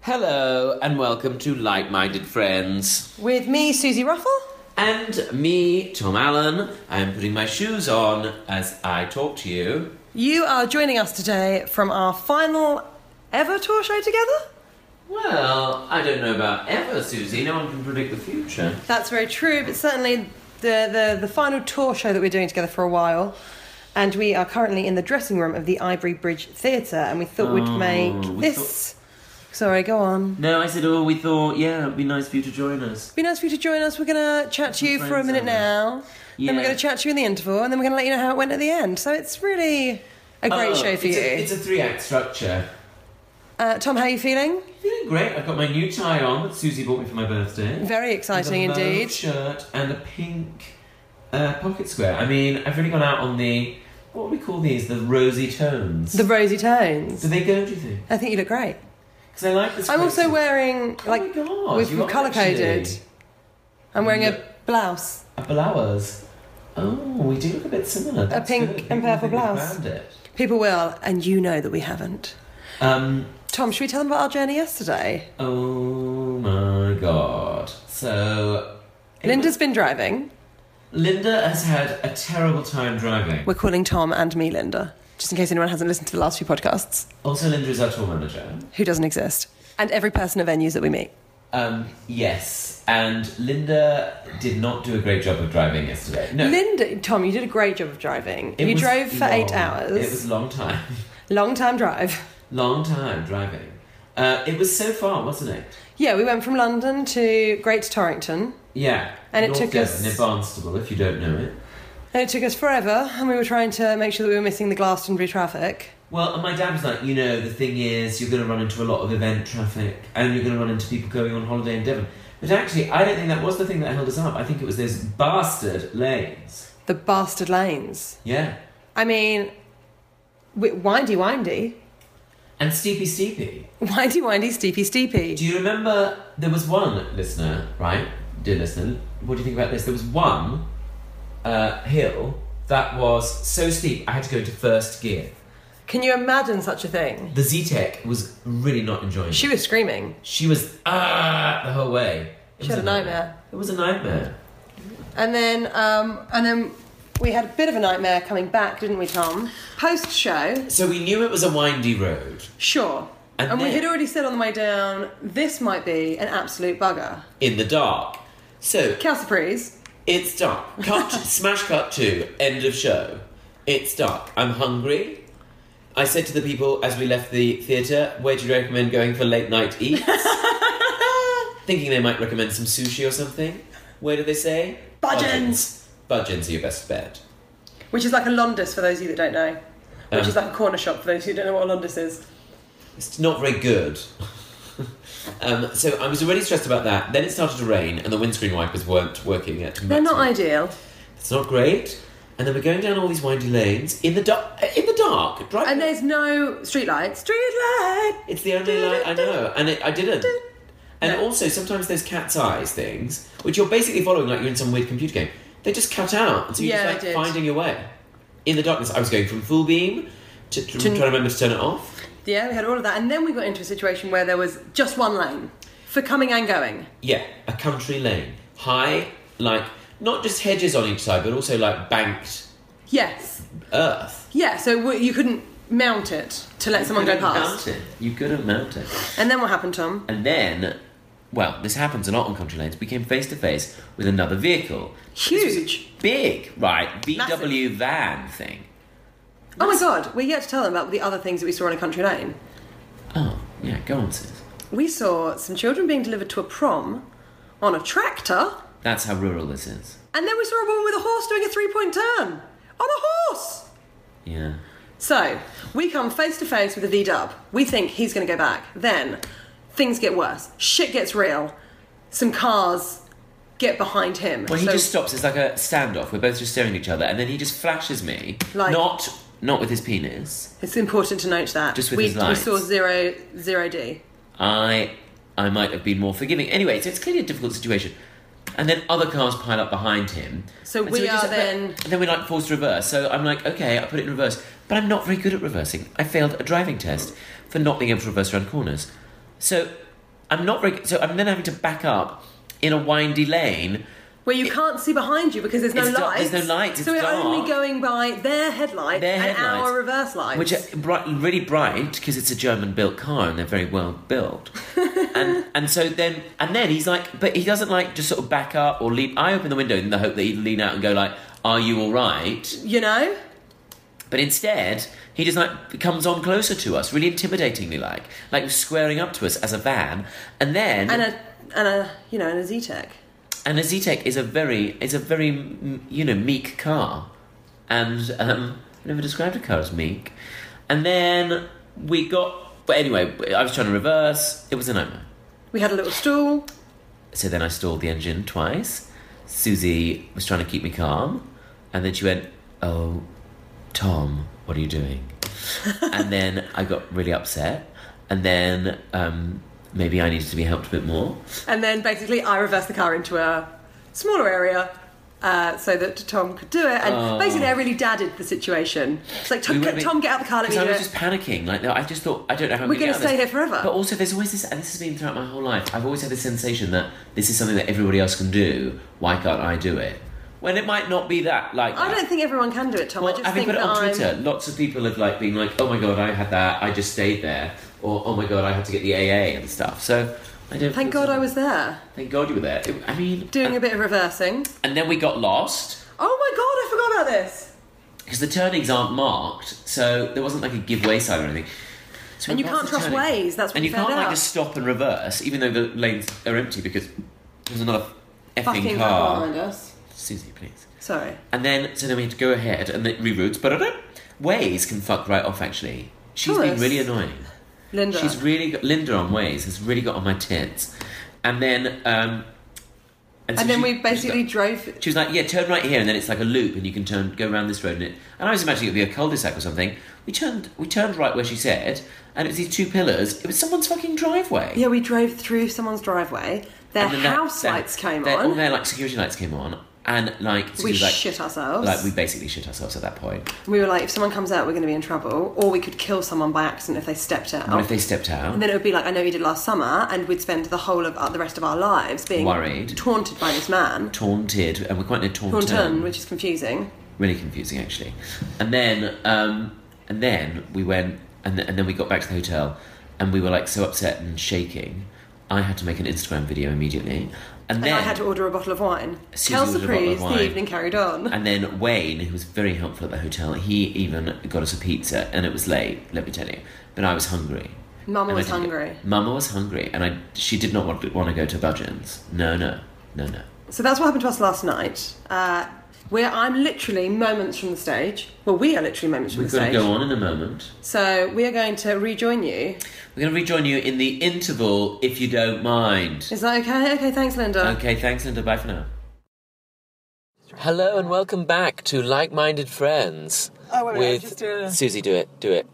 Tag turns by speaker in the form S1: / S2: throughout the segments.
S1: Hello, and welcome to Like Minded Friends.
S2: With me, Susie Ruffle.
S1: And me, Tom Allen. I'm putting my shoes on as I talk to you.
S2: You are joining us today from our final ever tour show together.
S1: Well, I don't know about ever, Susie. No one can predict the future.
S2: That's very true, but certainly the, the, the final tour show that we're doing together for a while. And we are currently in the dressing room of the Ivory Bridge Theatre, and we thought we'd
S1: Oh,
S2: make
S1: we
S2: this. Sorry, go on.
S1: No, I said, oh, we thought, yeah, it'd be nice for you to join us.
S2: Be nice for you to join us. We're going to chat to you for a
S1: friends,
S2: minute
S1: aren't we?
S2: now. Then
S1: Yeah.
S2: we're going to chat to you in the interval, and then we're going to let you know how it went at the end. So it's really a great
S1: Oh,
S2: show for
S1: it's
S2: you.
S1: A, it's a three act structure.
S2: uh, Tom, how are you feeling?
S1: Feeling great. I've got my new tie on that Susie bought me for my birthday.
S2: Very exciting
S1: with a mauve
S2: indeed.
S1: Shirt and a pink uh, pocket square. I mean, I've really gone out on the what do we call these? The rosy tones.
S2: The rosy tones.
S1: Do they go? Do you think?
S2: I think you look great.
S1: Because I like this.
S2: I'm also
S1: quote-
S2: wearing
S1: Oh
S2: like
S1: my God,
S2: we've
S1: you are
S2: colour coded.
S1: actually.
S2: I'm wearing
S1: Yeah.
S2: a blouse.
S1: A blouse. Oh, we do look a bit similar. That's
S2: pink
S1: good. People
S2: and purple
S1: think we've
S2: blouse.
S1: found it.
S2: People will, and you know that we haven't.
S1: Um.
S2: Tom, should we tell them about our journey yesterday?
S1: Oh my God. So. it
S2: Linda's been driving.
S1: was- Linda has had a terrible time driving.
S2: We're calling Tom and me Linda, just in case anyone hasn't listened to the last few podcasts.
S1: Also, Linda is our tour manager.
S2: Who doesn't exist? And every person at venues that we meet.
S1: Um, yes, and Linda did not do a great job of driving yesterday. No,
S2: Linda, Tom, you did a great job of driving.
S1: it
S2: you
S1: was
S2: drove for eight
S1: long.
S2: hours.
S1: It was a long time,
S2: Long time drive.
S1: long time driving. Uh, it was so far, wasn't it?
S2: Yeah, we went from London to Great Torrington.
S1: Yeah,
S2: And it
S1: North
S2: took
S1: Devon,
S2: us-
S1: near Barnstable, if you don't know it.
S2: And it took us forever, and we were trying to make sure that we were missing the Glastonbury traffic.
S1: Well, and my dad was like, you know, the thing is, you're going to run into a lot of event traffic, and you're going to run into people going on holiday in Devon. But actually, I don't think that was the thing that held us up. I think it was those bastard lanes.
S2: The bastard lanes.
S1: Yeah,
S2: I mean, wi- windy, windy.
S1: and steepy, steepy.
S2: Windy, windy, steepy, steepy.
S1: Do you remember there was one listener, right? Dear listener, what do you think about this? There was one uh, hill that was so steep I had to go into first gear.
S2: Can you imagine such a thing?
S1: The Z Tech was really not enjoying it.
S2: She was screaming.
S1: She was ah the whole way. It
S2: She
S1: was
S2: had a nightmare.
S1: It was a nightmare.
S2: And then, um, and then we had a bit of a nightmare coming back, didn't we, Tom? Post show,
S1: So we knew it was a windy road.
S2: sure.
S1: And
S2: And, we
S1: then-
S2: had already said on the way down, this might be an absolute bugger.
S1: In the dark. So
S2: Calciprees.
S1: it's dark. Cut smash cut two. End of show. It's dark. I'm hungry. I said to the people as we left the theatre, where do you recommend going for late night eats? Thinking they might recommend some sushi or something. Where do they say?
S2: Budgeons.
S1: Budgeons are your best bet.
S2: Which is like a Londis for those of you that don't know. Which
S1: Um.
S2: is like a corner shop for those who don't know what a Londis is.
S1: It's not very good. um, so I was already stressed about that. Then it started to rain and the windscreen wipers weren't working at
S2: They're not
S1: maximum.
S2: ideal.
S1: It's not great. And then we're going down all these windy lanes in the dark. In the dark, driving.
S2: And there's no streetlight. Streetlight!
S1: It's the only light I know, and it, I didn't. And also, sometimes those cat's eyes things, which you're basically following like you're in some weird computer game, they just cut out, and so you're
S2: Yeah, I
S1: just like
S2: did.
S1: finding your way in the darkness. I was going from full beam to, to, trying to remember to turn it off.
S2: Yeah, we had all of that. And then we got into a situation where there was just one lane for coming and going.
S1: Yeah, a country lane, high, like not just hedges on each side, but also like banked
S2: Yes.
S1: earth.
S2: Yeah, so w- you couldn't mount it to let someone go
S1: Couldn't
S2: past.
S1: mount it. You couldn't mount it.
S2: And then what happened, Tom?
S1: And then, well, this happens a lot on country lanes. We came face to face with another vehicle. This was a
S2: Huge.
S1: big, right? VW van thing.
S2: Oh my god, we're yet to tell them about the other things that we saw on a country lane.
S1: Oh, yeah, go on, sis.
S2: We saw some children being delivered to a prom on a tractor,
S1: That's how rural this is.
S2: and then we saw a woman with a horse doing a three point turn on a horse.
S1: Yeah.
S2: So we come face to face with a V dub. We think he's going to go back. Then things get worse. Shit gets real. Some cars get behind him.
S1: Well, he
S2: So-
S1: just stops. It's like a standoff. We're both just staring at each other, and then he just flashes me.
S2: Like-
S1: not, not with his penis.
S2: it's important to note that
S1: Just with
S2: we,
S1: his
S2: we
S1: lights.
S2: saw zero zero D.
S1: I, I might have been more forgiving. Anyway, so it's clearly a difficult situation. And then other cars pile up behind him.
S2: So
S1: And
S2: we
S1: he
S2: are then-
S1: And then we're like forced to reverse. So I'm like, okay, I put it in reverse. But I'm not very good at reversing. I failed a driving test for not being able to reverse around corners. So I'm not very. So I'm then having to back up in a windy lane.
S2: Where you can't see behind you because there's no
S1: It's dark-
S2: lights.
S1: there's no lights, it's
S2: so we're
S1: dark.
S2: only going by their headlight
S1: Their
S2: and
S1: headlights.
S2: our reverse lights.
S1: Which are bright, really bright because it's a German built car and they're very well built. and and so then and then he's like, but he doesn't like just sort of back up or lean. I open the window in the hope that he'd lean out and go like, "Are you all right?"
S2: you know?
S1: But instead, he just like comes on closer to us, really intimidatingly, like like squaring up to us as a van. And then
S2: And a and a you know, and a Z Tech.
S1: and a ZTEC is a very is a very m- you know meek car, and um, I never described a car as meek. And then we got, but anyway, I was trying to reverse. It was a nightmare.
S2: We had a little stool.
S1: So then I stalled the engine twice. Susie was trying to keep me calm, and then she went, "Oh, Tom, what are you doing?" and then I got really upset, and then um, maybe I needed to be helped a bit more.
S2: And then basically, I reversed the car into a smaller area uh, so that Tom could do it. And
S1: Oh.
S2: basically, I really dadded the situation. It's like, Tom,
S1: We
S2: get,
S1: would've been-
S2: Tom, get out of the car, let me
S1: Because
S2: do
S1: I was
S2: it.
S1: just panicking. Like, no, I just thought, I don't know how I'm
S2: uh, We're
S1: going
S2: gonna
S1: to
S2: stay here forever.
S1: But also, there's always this, and this has been throughout my whole life. I've always had this sensation that this is something that everybody else can do. Why can't I do it? When it might not be that. Like,
S2: I
S1: that.
S2: don't think everyone can do it, Tom. I
S1: Well,
S2: just
S1: having
S2: think
S1: put it on
S2: that I'm.
S1: Twitter, lots of people have like been like, "Oh my god, I had that. I just stayed there," or "Oh my god, I had to get the AA and stuff." So I don't.
S2: Thank
S1: feel
S2: God
S1: so-
S2: I was there
S1: Thank God you were there. It- I mean,
S2: doing
S1: and,
S2: a bit of reversing.
S1: and then we got lost
S2: Oh my God, I forgot about this.
S1: because the turnings aren't marked, so there wasn't like a giveaway sign or anything. So
S2: And
S1: we
S2: you
S1: passed
S2: can't
S1: the
S2: trust
S1: turning.
S2: Waze, that's what
S1: and
S2: we
S1: you
S2: found
S1: can't like
S2: out.
S1: just stop and reverse, even though the lanes are empty because there's another effing
S2: Fucking car
S1: car.
S2: behind us.
S1: Susie, please.
S2: Sorry.
S1: And then, so then we had to go ahead and it reroutes. But Waze can fuck right off. Actually, she's been
S2: Course.
S1: really annoying.
S2: Linda.
S1: She's really got, Linda on Waze has really got on my tits, and then um, so
S2: and then
S1: she-
S2: we
S1: she
S2: basically
S1: got-
S2: drove.
S1: she was like, "Yeah, turn right here," and then it's like a loop, and you can turn go around this road. And it, and I was imagining it'd be a cul-de-sac or something. We turned we turned right where she said, and it was these two pillars. It was someone's fucking driveway.
S2: Yeah, we drove through someone's driveway. Their
S1: And then that-
S2: house
S1: their-
S2: lights came
S1: their- All
S2: on.
S1: their like security lights came on, and like so she
S2: We
S1: was like,
S2: shit ourselves.
S1: Like we basically shit ourselves at that point.
S2: We were like, if someone comes out, we're going to be in trouble, or we could kill someone by accident if they stepped out.
S1: And if they stepped out,
S2: Oh. And then it would be like, I know you did last summer, and we'd spend the whole of uh, the rest of our lives being
S1: Worried.
S2: taunted by this man.
S1: taunted, and we're quite near taunted.
S2: Taunton, which is confusing.
S1: really confusing actually and then um and then we went and, th- and then we got back to the hotel and we were like so upset and shaking i had to make an instagram video immediately and
S2: And
S1: then
S2: I had to order a bottle of wine.
S1: Susie
S2: Tell
S1: ordered a bottle of
S2: surprise,
S1: wine.
S2: the evening carried on.
S1: and then Wayne, who was very helpful at the hotel, he even got us a pizza, and it was late. Let me tell you, but I was hungry.
S2: Mama
S1: And I
S2: was
S1: didn't get-
S2: hungry.
S1: Mama was hungry, and I she did not want, want to go to Budgeon's. No, no, no, no.
S2: So that's what happened to us last night. Uh, where I'm literally moments from the stage. Well, we are literally moments from
S1: We're
S2: the
S1: going to
S2: stage.
S1: go on in a moment.
S2: So we are going to rejoin you.
S1: We're going to rejoin you in the interval, if you don't mind.
S2: Is that okay? Okay, thanks, Linda.
S1: Okay, thanks, Linda. Bye for now. Hello and welcome back to Like Minded Friends.
S2: Oh, wait a minute, just do a-
S1: Susie, do it, do it.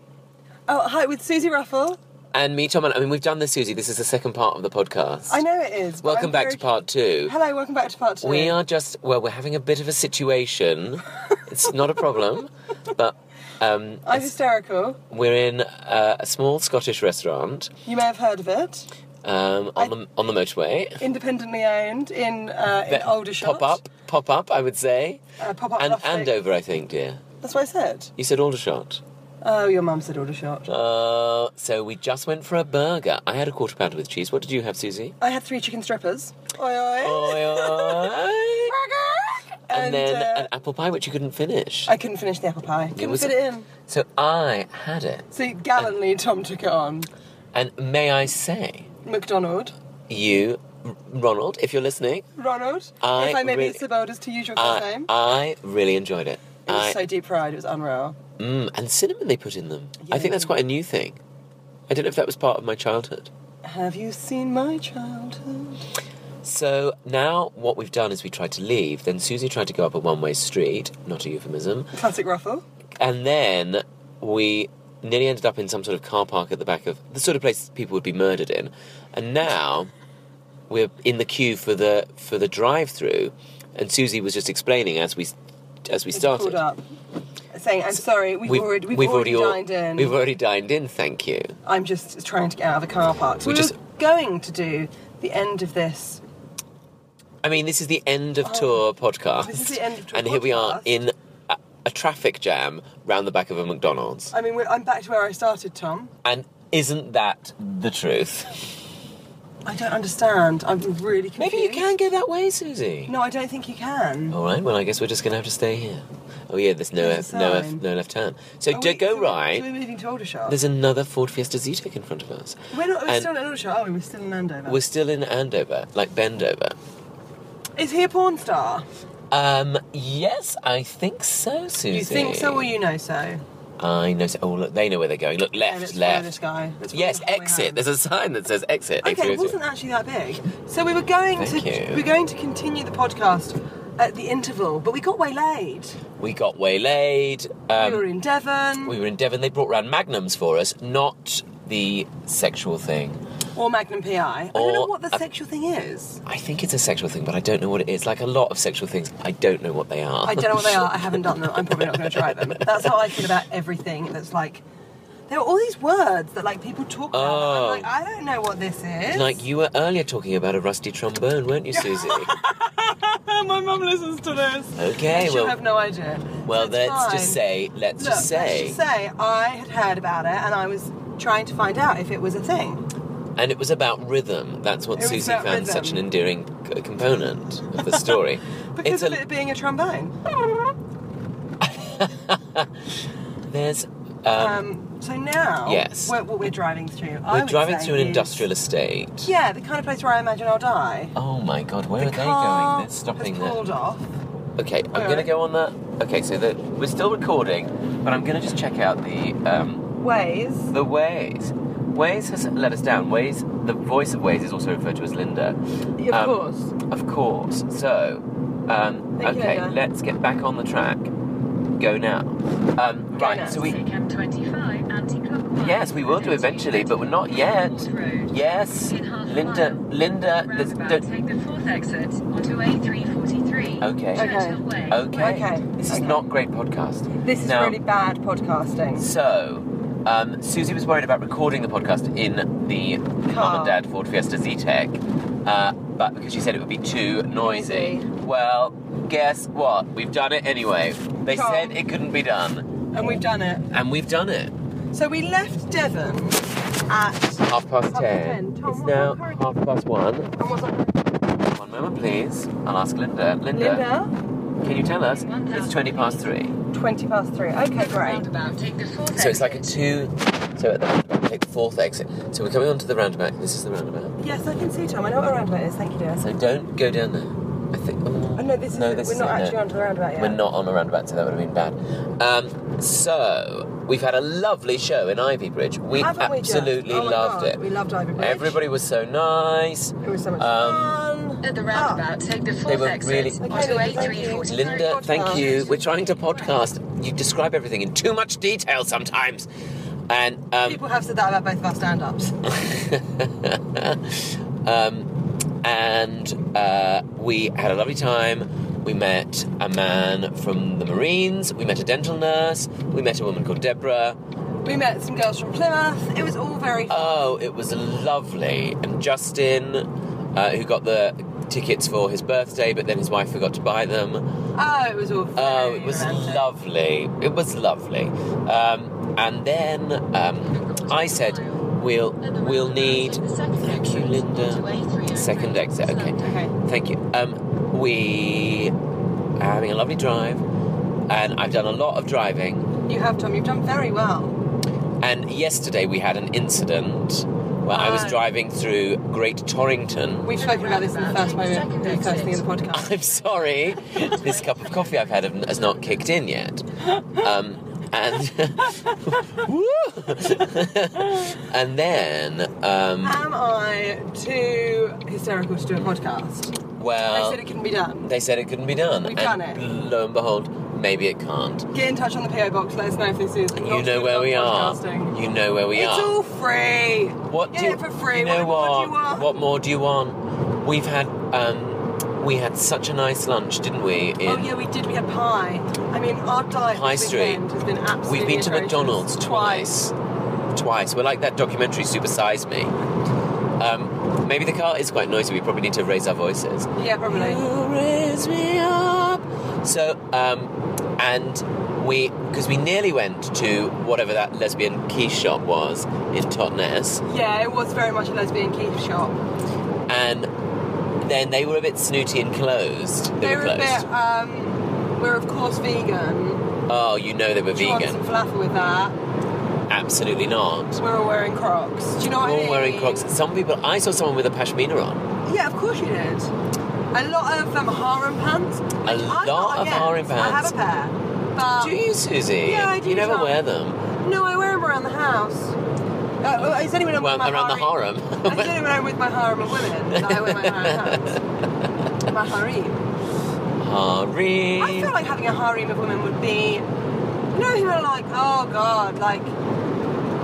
S2: Oh, hi, with Susie Ruffle.
S1: And me, Tom, and I mean, we've done this, Susie. This is the second part of the podcast.
S2: know it is.
S1: welcome back to part two.
S2: Hello, welcome back to part two.
S1: We are just, well, we're having a bit of a situation. it's not a problem, but um,
S2: I'm hysterical.
S1: we're in uh, a small Scottish restaurant
S2: You may have heard of it.
S1: um, on, the, on the motorway.
S2: Independently owned in uh, in Aldershot.
S1: Pop up, pop up, I would say.
S2: Uh, pop up.
S1: And
S2: Loughborough.
S1: Andover, I think, dear.
S2: That's what I said.
S1: You said Aldershot.
S2: Oh, your mum said Aldershot.
S1: Uh, so we just went for a burger. I had a quarter pounder with cheese. What did you have, Susie?
S2: I had three chicken strippers. Oi oi.
S1: Oi, oi.
S2: Burger.
S1: and,
S2: And,
S1: then
S2: uh,
S1: an apple pie, which you couldn't finish.
S2: I couldn't finish the apple pie. Couldn't
S1: was-
S2: fit it in.
S1: so I had it.
S2: So gallantly, Tom took it on.
S1: And may I say,
S2: McDonald,
S1: you, R- Ronald, if you're listening,
S2: Ronald.
S1: I
S2: if I may
S1: really-
S2: be so bold as to use your first
S1: I,
S2: name.
S1: I really enjoyed it.
S2: it was
S1: I,
S2: so deep fried. It was unreal.
S1: mm, and cinnamon they put in them. I think that's quite a new thing. I don't know if that was part of my childhood.
S2: Have you seen my childhood?
S1: So now what we've done is we tried to leave. Then Susie tried to go up a one way street, not a euphemism.
S2: Classic ruffle.
S1: And then we nearly ended up in some sort of car park at the back of the sort of place people would be murdered in. And now we're in the queue for the for the drive-through, and Susie was just explaining as we as we
S2: Pulled
S1: started.
S2: up, saying, "I'm sorry, we've, already we've, already,
S1: al-
S2: dined in.
S1: We've already dined in. Thank you.
S2: I'm just trying to get out of the car park."
S1: We just
S2: going to do the end of this.
S1: I mean, this is the end of tour podcast.
S2: Oh. this is the end of tour
S1: And here we are
S2: podcast.
S1: in a, a traffic jam round the back of a McDonald's.
S2: I mean, we're, I'm back to where I started, Tom.
S1: And isn't that the truth?
S2: I don't understand. I'm really confused.
S1: Maybe you Oh, can go that way, Susie.
S2: No, I don't think you can.
S1: All right. Well, I guess we're just going to have to stay here. Oh yeah, there's no
S2: There's a
S1: no
S2: sign.
S1: no left turn. So
S2: Oh,
S1: do
S2: wait,
S1: go
S2: so-
S1: right.
S2: So we're moving to Aldershot.
S1: There's another Ford Fiesta Z-Tech in front of us.
S2: we're not. We're
S1: and-
S2: still in Aldershot, are we? We're still in Andover.
S1: We're still in Andover, like Bendover.
S2: Is he a porn star?
S1: Um, yes, I think so, Susie.
S2: You think so, or you know so?
S1: I know. So, oh, look, they know where they're going. Look,
S2: and it's
S1: left,
S2: by This
S1: left.
S2: guy. It's by
S1: Yes,
S2: the highway
S1: exit.
S2: hand.
S1: There's a sign that says exit.
S2: Okay,
S1: Exit,
S2: it wasn't
S1: exit.
S2: actually that big. So we were going
S1: Thank
S2: to
S1: you.
S2: we were going to continue the podcast at the interval, but we got waylaid.
S1: We got waylaid. Um,
S2: we were in Devon
S1: we were in Devon. They brought round magnums for us, not the sexual thing.
S2: or Magnum PI. I don't know
S1: or
S2: what the
S1: a-
S2: sexual thing is.
S1: I think it's a sexual thing, but I don't know what it is. Like a lot of sexual things, I don't know what they are.
S2: I don't know what they are. I haven't done them. I'm probably not going to try them. That's how I feel about everything. That's like there are all these words that like people talk about. and
S1: Oh.
S2: I'm like, I don't know what this is.
S1: Like you were earlier talking about a rusty trombone, weren't you, Susie?
S2: my mum listens to this.
S1: Okay,
S2: She'll
S1: well,
S2: have no idea.
S1: well,
S2: So
S1: let's
S2: it's
S1: just
S2: fine.
S1: say, let's
S2: Look,
S1: just
S2: let's
S1: say,
S2: just say I had heard about it and I was trying to find out if it was a thing.
S1: and it was about rhythm. That's what
S2: It was
S1: Susie
S2: about
S1: found such an
S2: rhythm.
S1: endearing c- component of the story.
S2: Because
S1: a- Um,
S2: of it being a trombone.
S1: there's um,
S2: Um, so now,
S1: Yes.
S2: we're, what we're driving through, I
S1: we're
S2: would
S1: driving
S2: say
S1: through an
S2: is-
S1: industrial estate.
S2: Yeah, the kind of place where I imagine I'll die.
S1: Oh my God, where
S2: the
S1: are
S2: car
S1: they going? They're stopping
S2: has
S1: there.
S2: pulled off.
S1: Okay, I'm
S2: Alright.
S1: going to go on that. Okay, so the, we're still recording, but I'm going to just check out the um,
S2: Ways.
S1: the Waze. Waze has let us down. Waze, the voice of Waze is also referred to as Linda.
S2: Of
S1: Um,
S2: course.
S1: Of course. So, um,
S2: Thank you,
S1: okay,
S2: Linda.
S1: let's get back on the track. Go now. Um,
S2: Go
S1: right,
S2: now.
S1: so we.
S3: Second 25 anti-clockwise.
S1: Yes, we will do eventually, but we're not yet. Yes,
S3: In half a
S1: Linda,
S3: mile.
S1: Linda, there's-
S3: Roundabout,
S1: don't-
S3: take the fourth exit onto A343.
S1: Okay.
S3: Churchill Way.
S1: Okay.
S2: Okay,
S1: This is
S2: okay.
S1: not great podcast.
S2: This is
S1: Now-
S2: really bad podcasting.
S1: So, um, Susie was worried about recording the podcast in the mum
S2: Car.
S1: and dad Ford Fiesta Z Tech, uh, but because she said it would be too noisy.
S2: Noisy.
S1: Well, guess what? We've done it anyway. They
S2: Tom.
S1: said it couldn't be done,
S2: And we've done it.
S1: and we've done it.
S2: So we left Devon at.
S1: Half past
S2: Half past
S1: ten.
S2: 10. Tom,
S1: it's
S2: what's
S1: now
S2: our current-
S1: half past one.
S2: And what's that?
S1: One moment, please. I'll ask Linda. Linda,
S2: Linda?
S1: can you tell us? It's twenty past three.
S2: 20 past 3. Okay, great.
S3: Roundabout, take the fourth
S1: So it's like a
S3: exit.
S1: two. So at the roundabout, take the fourth exit. So we're coming onto the roundabout. This is the roundabout.
S2: Yes, I can see Tom. I know what a roundabout is. Thank you, dear.
S1: So don't go down there. I think. Oh,
S2: Oh, no, this is.
S1: no,
S2: it.
S1: this
S2: we're
S1: is
S2: not
S1: it, no.
S2: actually onto the roundabout yet.
S1: We're not on a roundabout, so that would have been bad. Um, so we've had a lovely show in Ivy Bridge. We
S2: Haven't we just?
S1: absolutely
S2: Oh my
S1: loved
S2: God,
S1: it.
S2: We loved Ivy Bridge.
S1: Everybody was so nice.
S2: It was so much
S1: Um,
S2: fun.
S3: At the roundabout, take the fourth
S1: were
S3: exit
S1: really-
S3: onto
S2: Ah. Okay, thank you.
S3: A343.
S1: Linda,
S2: Podcast.
S1: thank you. We're trying to podcast. You describe everything in too much detail sometimes. And
S2: Ah,
S1: um,
S2: people have said that about both of our stand-ups.
S1: um, and uh, we had a lovely time. We met a man from the Marines. We met a dental nurse. We met a woman called Deborah.
S2: we met some girls from Plymouth. It was all very fun.
S1: Oh, it was lovely. And Justin, uh, who got the tickets for his birthday, but then his wife forgot to buy them.
S2: oh, it was all.
S1: Oh,
S2: very
S1: it was
S2: romantic.
S1: lovely. It was lovely. Um, and then um, I said, "We'll we'll need." Thank you, Linda. Second exit. Okay.
S2: Okay.
S1: Thank you. Um, we are having a lovely drive, and I've done a lot of driving.
S2: You have Tom. You've done very well.
S1: And yesterday we had an incident where I was
S2: Oh.
S1: driving through Great Torrington.
S2: We've spoken about this in the first moment, the first thing in the podcast.
S1: I'm sorry, this cup of coffee I've had has not kicked in yet. Um, and and then um,
S2: Am I too hysterical to do a podcast? I
S1: well,
S2: said it couldn't be done.
S1: they said it couldn't be done.
S2: We've
S1: and
S2: done it.
S1: Lo and behold, maybe it can't.
S2: Get in touch on the PO box. Let us know if this is.
S1: You know where we are.
S2: Podcasting.
S1: You know where we
S2: It's
S1: are.
S2: all free.
S1: What
S2: Get
S1: do you,
S2: it for free.
S1: you know
S2: what, more do you
S1: what?
S2: want?
S1: What more do you want? We've had um, we had such a nice lunch, didn't we? In,
S2: Oh yeah, we did. We had pie. I mean, our diet
S1: High
S2: this
S1: Street.
S2: weekend has been absolutely.
S1: We've been to
S2: atrocious.
S1: McDonald's twice. Twice. We're like that documentary Super Size Me. Um, maybe the car is quite noisy. We probably need to raise our voices.
S2: Yeah, probably.
S1: Raise me up. So, um, and we, because we nearly went to whatever that lesbian key shop was in Totnes,
S2: Yeah, it was very much a lesbian key shop.
S1: and then they were a bit snooty and closed. They,
S2: They
S1: were
S2: were a
S1: closed.
S2: bit, um, we're of course vegan.
S1: Oh, you know they were
S2: Do you want some
S1: vegan.
S2: falafel with that?
S1: Absolutely not.
S2: We're all wearing Crocs. Do you know
S1: We're
S2: what I
S1: all
S2: mean?
S1: wearing Crocs. Some people, I saw someone with a pashmina on.
S2: Yeah, of course you did. A lot of um, harem pants.
S1: A
S2: I'm
S1: lot
S2: not
S1: of
S2: against.
S1: harem
S2: I have
S1: pants.
S2: a pair. But
S1: Do you, Susie?
S2: yeah, I do,
S1: You never
S2: darling.
S1: wear them.
S2: No, I wear them around the house. Uh, well, it's only when I'm
S1: Well,
S2: with my
S1: around the harem.
S2: It's only when I'm with my harem of women that I wear my harem pants. My harem.
S1: Harry.
S2: I feel like having a harem of women would be. You know, who are like, oh god, like,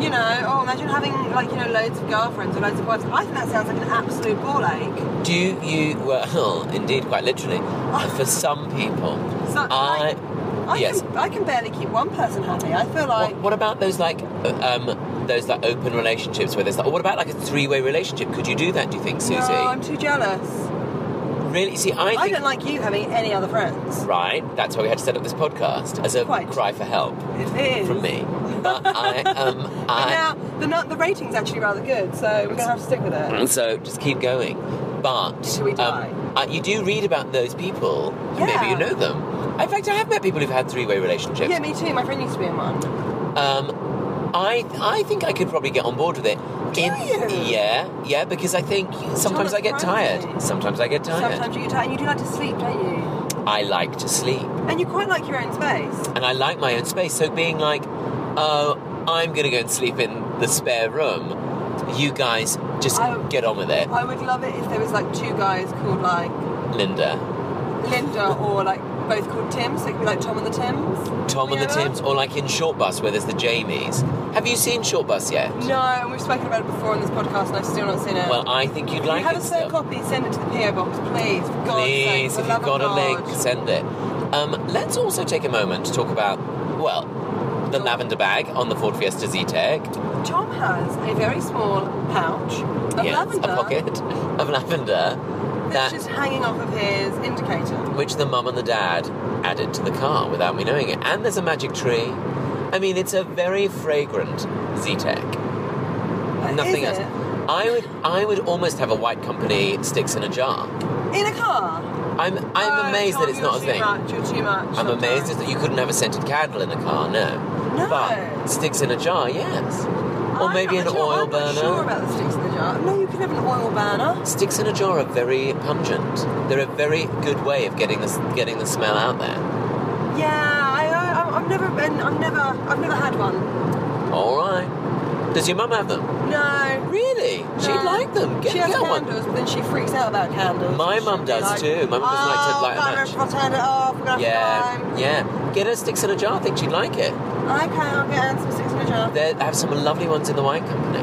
S2: you know, oh imagine having like you know loads of girlfriends or loads of wives. I think that sounds like an absolute ball ache.
S1: Do you, well, indeed, quite literally, uh, for some people,
S2: It's not-
S1: I,
S2: I
S1: Uh, yes.
S2: can, I can barely keep one person happy. I feel like
S1: What, what about those like, um, those like open relationships where there's like, what about like a three-way relationship? Could you do that? Do you think, Susie?
S2: no, I'm too jealous.
S1: really? See, I think.
S2: I don't like you having any other friends.
S1: Right, that's why we had to set up this podcast as a
S2: Quite.
S1: cry for help
S2: It is.
S1: from me. But I, um,
S2: But
S1: I.
S2: now the nu- the rating's actually rather good, so we're gonna have to stick with it.
S1: And so just keep going. But
S2: Until we die.
S1: um, uh, you do read about those people. and Maybe
S2: Yeah.
S1: you know them. In fact, I have met people who've had three-way relationships.
S2: Yeah, me too. My friend used to be in one.
S1: um, I I think I could probably get on board with it. Do
S2: you?
S1: Yeah, yeah. Because I think sometimes I get
S2: that's
S1: tired.
S2: crazy.
S1: Sometimes I get tired.
S2: Sometimes you get tired, and you do like to sleep, don't you?
S1: I like to sleep,
S2: And you quite like your own space.
S1: and I like my own space. So being like, oh, I'm gonna go and sleep in the spare room. You guys just
S2: I-
S1: get on with it,
S2: I would love it if there was like two guys called like
S1: Linda.
S2: Linda or like both called Tim, so it could be like Tom and the Tims.
S1: Tom and the
S2: You know?
S1: Tims, or like in Short Bus where there's the Jamies. Have you seen Short Bus yet?
S2: No, and we've spoken about it before on this podcast, and I've still not seen it.
S1: Well, I think you'd
S2: if
S1: like
S2: you have
S1: it
S2: a spare
S1: still.
S2: copy, send it to the PO box, please. For God's sake,
S1: Please,
S2: for
S1: if
S2: love
S1: you've got
S2: of
S1: a
S2: God.
S1: link, send it. Um, let's also take a moment to talk about, well, the lavender bag on the Ford Fiesta Z-Tech.
S2: Tom has a very small pouch of
S1: Yes,
S2: lavender
S1: a pocket of lavender
S2: that's
S1: that
S2: just hanging off of his indicator.
S1: which the mum and the dad added to the car without me knowing it. And there's a magic tree. I mean, it's a very fragrant Z-Tech. Nothing else.
S2: Is it?
S1: I would, I would almost have a white company sticks in a jar.
S2: In a car.
S1: I'm, I'm
S2: Oh,
S1: amazed that
S2: Tom,
S1: it's
S2: you're
S1: not a
S2: too
S1: thing.
S2: Much, you're too much.
S1: I'm amazed
S2: sometimes.
S1: that you couldn't have a scented candle in a car, no.
S2: No.
S1: But sticks in a jar, yes. Or
S2: I'm
S1: maybe an
S2: not sure-
S1: oil
S2: I'm
S1: burner.
S2: Not sure about the sticks in the jar. No, you can have an oil burner.
S1: Sticks in a jar are very pungent. They're a very good way of getting the getting the smell out there.
S2: Yeah, I, I, I've never been. I've never. I've never had one.
S1: All right. Does your mum have them?
S2: No.
S1: Really?
S2: no.
S1: She'd like them. Get,
S2: she has
S1: get one.
S2: candles, but then she freaks out about candles.
S1: My
S2: She'll
S1: mum
S2: be
S1: does
S2: like,
S1: too. My mum doesn't like to
S2: "Oh,
S1: light a
S2: can't
S1: match."
S2: remember if I turned it off. We're gonna have
S1: Yeah,
S2: to climb."
S1: yeah. Get her sticks in a jar. I think she'd like it.
S2: I can't get some sticks in a jar.
S1: They have some lovely ones in the wine company.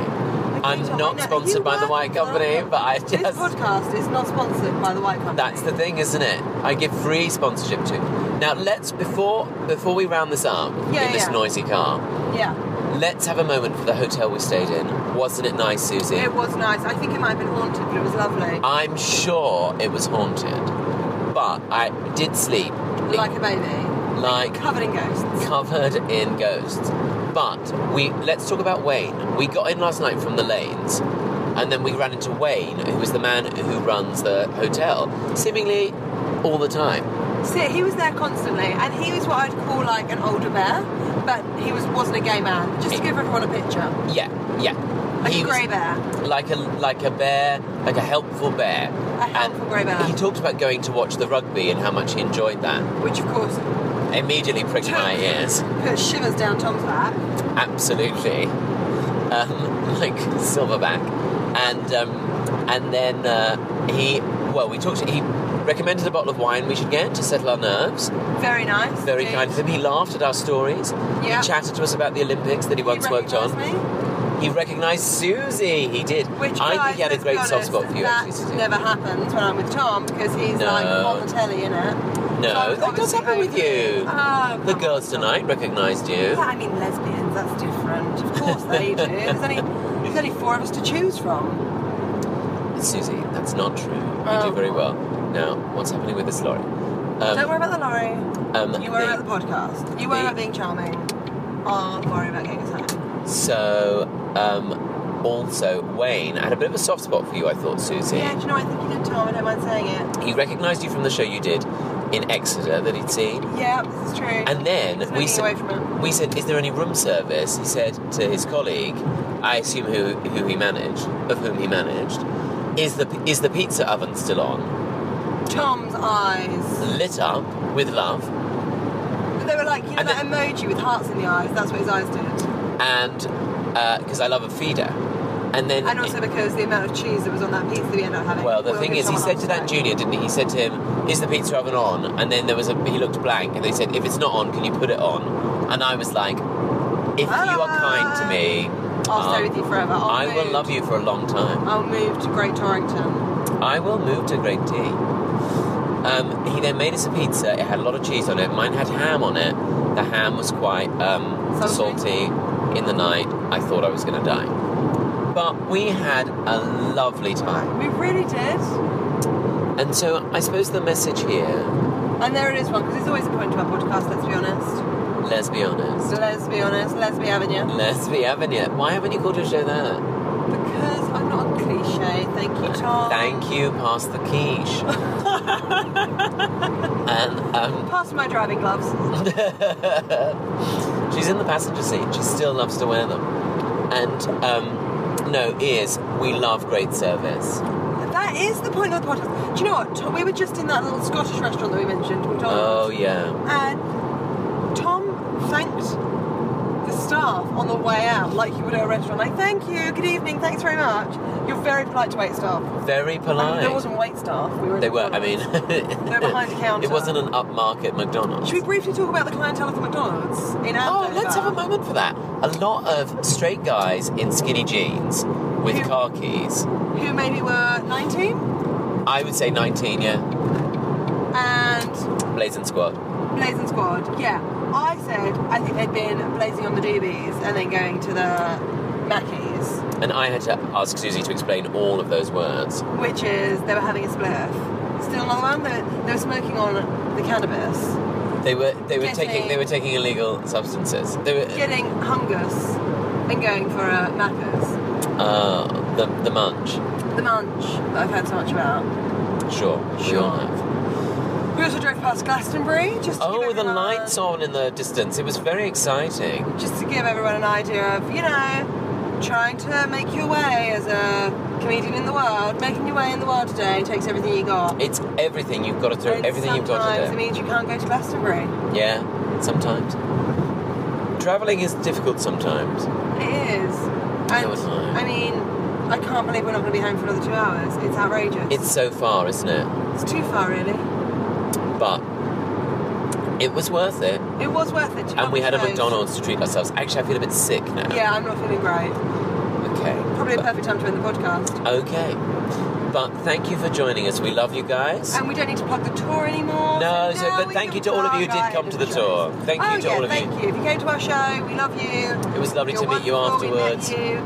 S1: I'm
S2: Rachel, I
S1: not
S2: know-
S1: sponsored
S2: you
S1: by the
S2: work
S1: wine
S2: for the
S1: company, but I just
S2: This podcast is not sponsored by the White Company.
S1: That's the thing, isn't it? I give free sponsorship to. Now let's before before we round this up
S2: Yeah,
S1: in this
S2: yeah.
S1: noisy car,
S2: Yeah,
S1: let's have a moment for the hotel we stayed in. Wasn't it nice, Susie?
S2: it was nice. I think it might have been haunted, but it was lovely.
S1: I'm sure it was haunted, but I did sleep
S2: like a baby.
S1: like
S2: Covered in ghosts.
S1: covered in ghosts. But we let's talk about Wayne. We got in last night from the lanes, and then we ran into Wayne, who is the man who runs the hotel, seemingly all the time.
S2: See, he was there constantly, and he was what I'd call like an older bear, but he was, wasn't a gay man. Just to give everyone a picture.
S1: Yeah, yeah.
S2: Like
S1: He
S2: a
S1: was-
S2: grey bear.
S1: like a like a bear, like a helpful bear.
S2: A helpful grey bear.
S1: He talked about going to watch the rugby and how much he enjoyed that.
S2: Which, of course,
S1: Immediately pricked my ears.
S2: put shivers down Tom's back.
S1: Absolutely, um, like silverback. And um, and then uh, he well, we talked. He recommended a bottle of wine we should get to settle our nerves.
S2: Very nice.
S1: Very
S2: dude.
S1: kind of him. He laughed at our stories.
S2: Yeah.
S1: He chatted to us about the Olympics that he
S2: He
S1: once worked on.
S2: recognised me.
S1: He recognised Susie. He did.
S2: Which
S1: I
S2: guys,
S1: think he had a
S2: let's
S1: great
S2: be
S1: soft spot
S2: honest,
S1: for you.
S2: That
S1: actually, Susie.
S2: never happens when I'm with Tom because he's
S1: No.
S2: like on the telly, in it.
S1: No, that does happen with you.
S2: Oh,
S1: The
S2: come
S1: girls
S2: on.
S1: tonight recognised you.
S2: Yeah, I mean lesbians. That's different. Of course they do. There's only there's only four of us to choose from.
S1: Susie, that's not true. You
S2: Oh.
S1: do very well. Now, what's happening with this lorry?
S2: Don't
S1: Um,
S2: worry about the lorry.
S1: um,
S2: You worry
S1: they-
S2: about the podcast. You worry
S1: They-
S2: about being charming. I'll worry about getting attacked.
S1: So, um, also, Wayne, I had a bit of a soft spot for you, I thought, Susie.
S2: Yeah, do you know, I think you did, Tom. I don't mind saying it.
S1: He recognised you from the show you did in Exeter that he'd seen.
S2: Yeah, this is true.
S1: And then
S2: There's no
S1: we
S2: getting
S1: said,
S2: away from it.
S1: we said, is there any room service? He said to his colleague, I assume who, who he managed, of whom he managed, is the, is the pizza oven still on?
S2: Tom's eyes.
S1: Lit up with love.
S2: They were like, you know,
S1: And
S2: that emoji with hearts in the eyes. That's what his eyes did.
S1: And, because I love a feeder. And then.
S2: And also because the amount of cheese that was on that pizza that we ended up having.
S1: Well, the
S2: will
S1: thing
S2: give
S1: is, he
S2: someone
S1: said to that
S2: upset.
S1: junior, didn't he? He said to him, "Is the pizza oven on?" And then there was a he looked blank, and they said, "If it's not on, can you put it on?" And I was like, "If you are kind to me,
S2: Ah. I'll stay
S1: um,
S2: with you forever. I'll
S1: I will
S2: move-
S1: love you for a long time.
S2: I'll move to Great Torrington.
S1: I will move to Great T." Um, he then made us a pizza. It had a lot of cheese on it. Mine had ham on it. The ham was quite um,
S2: Salty.
S1: salty. In the night, I thought I was going to die, but we had a lovely time.
S2: We really did.
S1: And so, I suppose the message here.
S2: And there it is, one, because it's always a point to our podcast, let's be honest.
S1: Let's be honest.
S2: So let's be honest, let's be Avenue.
S1: Let's be having it. Why haven't you called your show that?
S2: Because I'm not a cliche. Thank you, Tom.
S1: Thank you, pass the quiche. and um,
S2: Pass my driving gloves.
S1: she's in the passenger seat. She still loves to wear them. And um, no, ears. We love great service.
S2: That is the point of the podcast. Do you know what? Tom- We were just in that little Scottish restaurant that we mentioned, McDonald's.
S1: Oh yeah.
S2: And Tom thanked the staff on the way out, like you would at a restaurant. Like, thank you, good evening, thanks very much. You're very polite to wait staff.
S1: Very
S2: Um,
S1: polite.
S2: there wasn't wait staff. We were. in
S1: they were. I mean,
S2: McDonald's. They're behind the counter.
S1: It wasn't an upmarket McDonald's.
S2: Should we briefly talk about the clientele of the McDonald's in
S1: Oh,
S2: Andover?
S1: let's have a moment for that. A lot of straight guys in skinny jeans with
S2: Who-
S1: car keys.
S2: Who maybe were 19
S1: I would say 19, yeah.
S2: and
S1: Blazing Squad.
S2: Blazing Squad. Yeah, I said I think they'd been blazing on the doobies and then going to the Mackey's,
S1: And I had to ask Susie to explain all of those words.
S2: which is they were having a spliff. Still another one. They were, they were smoking on the cannabis,
S1: They were they were
S2: Getting-
S1: taking they were taking illegal substances. They were
S2: getting hungus, and going for a Macca's.
S1: uh, the the munch.
S2: The munch that I've heard so much about.
S1: Sure, we
S2: Sure.
S1: all have.
S2: We also drove past Glastonbury just to give
S1: Oh, with the
S2: everyone-
S1: lights on in the distance. It was very exciting.
S2: just to give everyone an idea of, you know, trying to make your way as a comedian in the world. Making your way in the world today takes everything you got.
S1: It's everything you've got to throw.
S2: And
S1: Everything you've got to
S2: sometimes
S1: do.
S2: it means you can't go to Glastonbury.
S1: yeah, sometimes. Traveling is difficult sometimes.
S2: It is.
S1: No, it's
S2: And,
S1: not.
S2: I mean, I can't believe we're not going to be home for another two hours. It's outrageous.
S1: It's so far, isn't it?
S2: It's too far, really.
S1: But it was worth it.
S2: It was worth it. Two
S1: And we had a
S2: hours.
S1: McDonald's to treat ourselves. Actually, I feel a bit sick now.
S2: Yeah, I'm not feeling great.
S1: Okay.
S2: Probably a
S1: But-
S2: perfect time to end the podcast.
S1: Okay. But thank you for joining us. We love you guys.
S2: And we don't need to plug the tour anymore.
S1: No,
S2: so
S1: so-
S2: now
S1: but
S2: we
S1: thank
S2: can
S1: you to all of you who
S2: plug
S1: did
S2: our
S1: come to the
S2: individual
S1: tour.
S2: shows.
S1: Thank you
S2: Oh,
S1: to
S2: yeah,
S1: all of you.
S2: Thank you. If you came to our show, we love you.
S1: It was lovely
S2: You're
S1: to meet you
S2: wonderful, we met
S1: afterwards.
S2: you.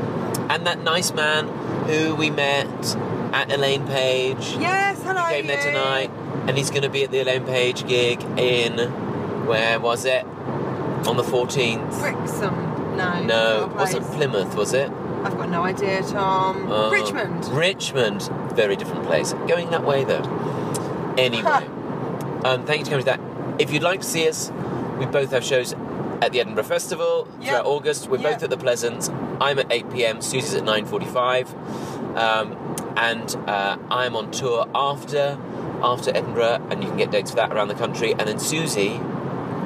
S1: and that nice man who we met at Elaine Page.
S2: Yes, hello.
S1: He came there
S2: you.
S1: tonight, and he's going to be at the Elaine Page gig in where was it? On the 14th.
S2: Brixham. No.
S1: No,
S2: not a place.
S1: wasn't Plymouth, was it?
S2: I've got no idea, Tom.
S1: Uh,
S2: Richmond.
S1: Richmond, very different place. Going that way though. Anyway, um, thank you for coming to that. If you'd like to see us, we both have shows at the Edinburgh Festival
S2: Yeah.
S1: throughout August. We're
S2: Yeah.
S1: both at the Pleasance. I'm at 8 p.m. Susie's at 9:45, um, and uh, I'm on tour after after Edinburgh, and you can get dates for that around the country. And then Susie,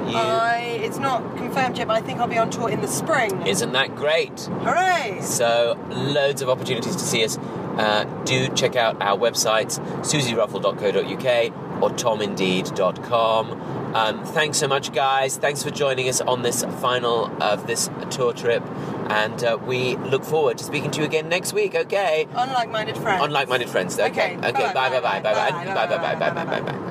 S1: you,
S2: I. It's not confirmed yet, but I think I'll be on tour in the spring.
S1: isn't that great?
S2: Hooray!
S1: So, loads of opportunities to see us. Uh, do check out our websites, susieruffle.co.uk or tomindeed.com. Um, thanks so much, guys. Thanks for joining us on this final of this tour trip. And uh, we look forward to speaking to you again next week, okay?
S2: Unlike minded friends.
S1: On like minded friends. Okay.
S2: Okay.
S1: Okay. Bye bye bye bye bye bye bye bye bye bye bye bye bye.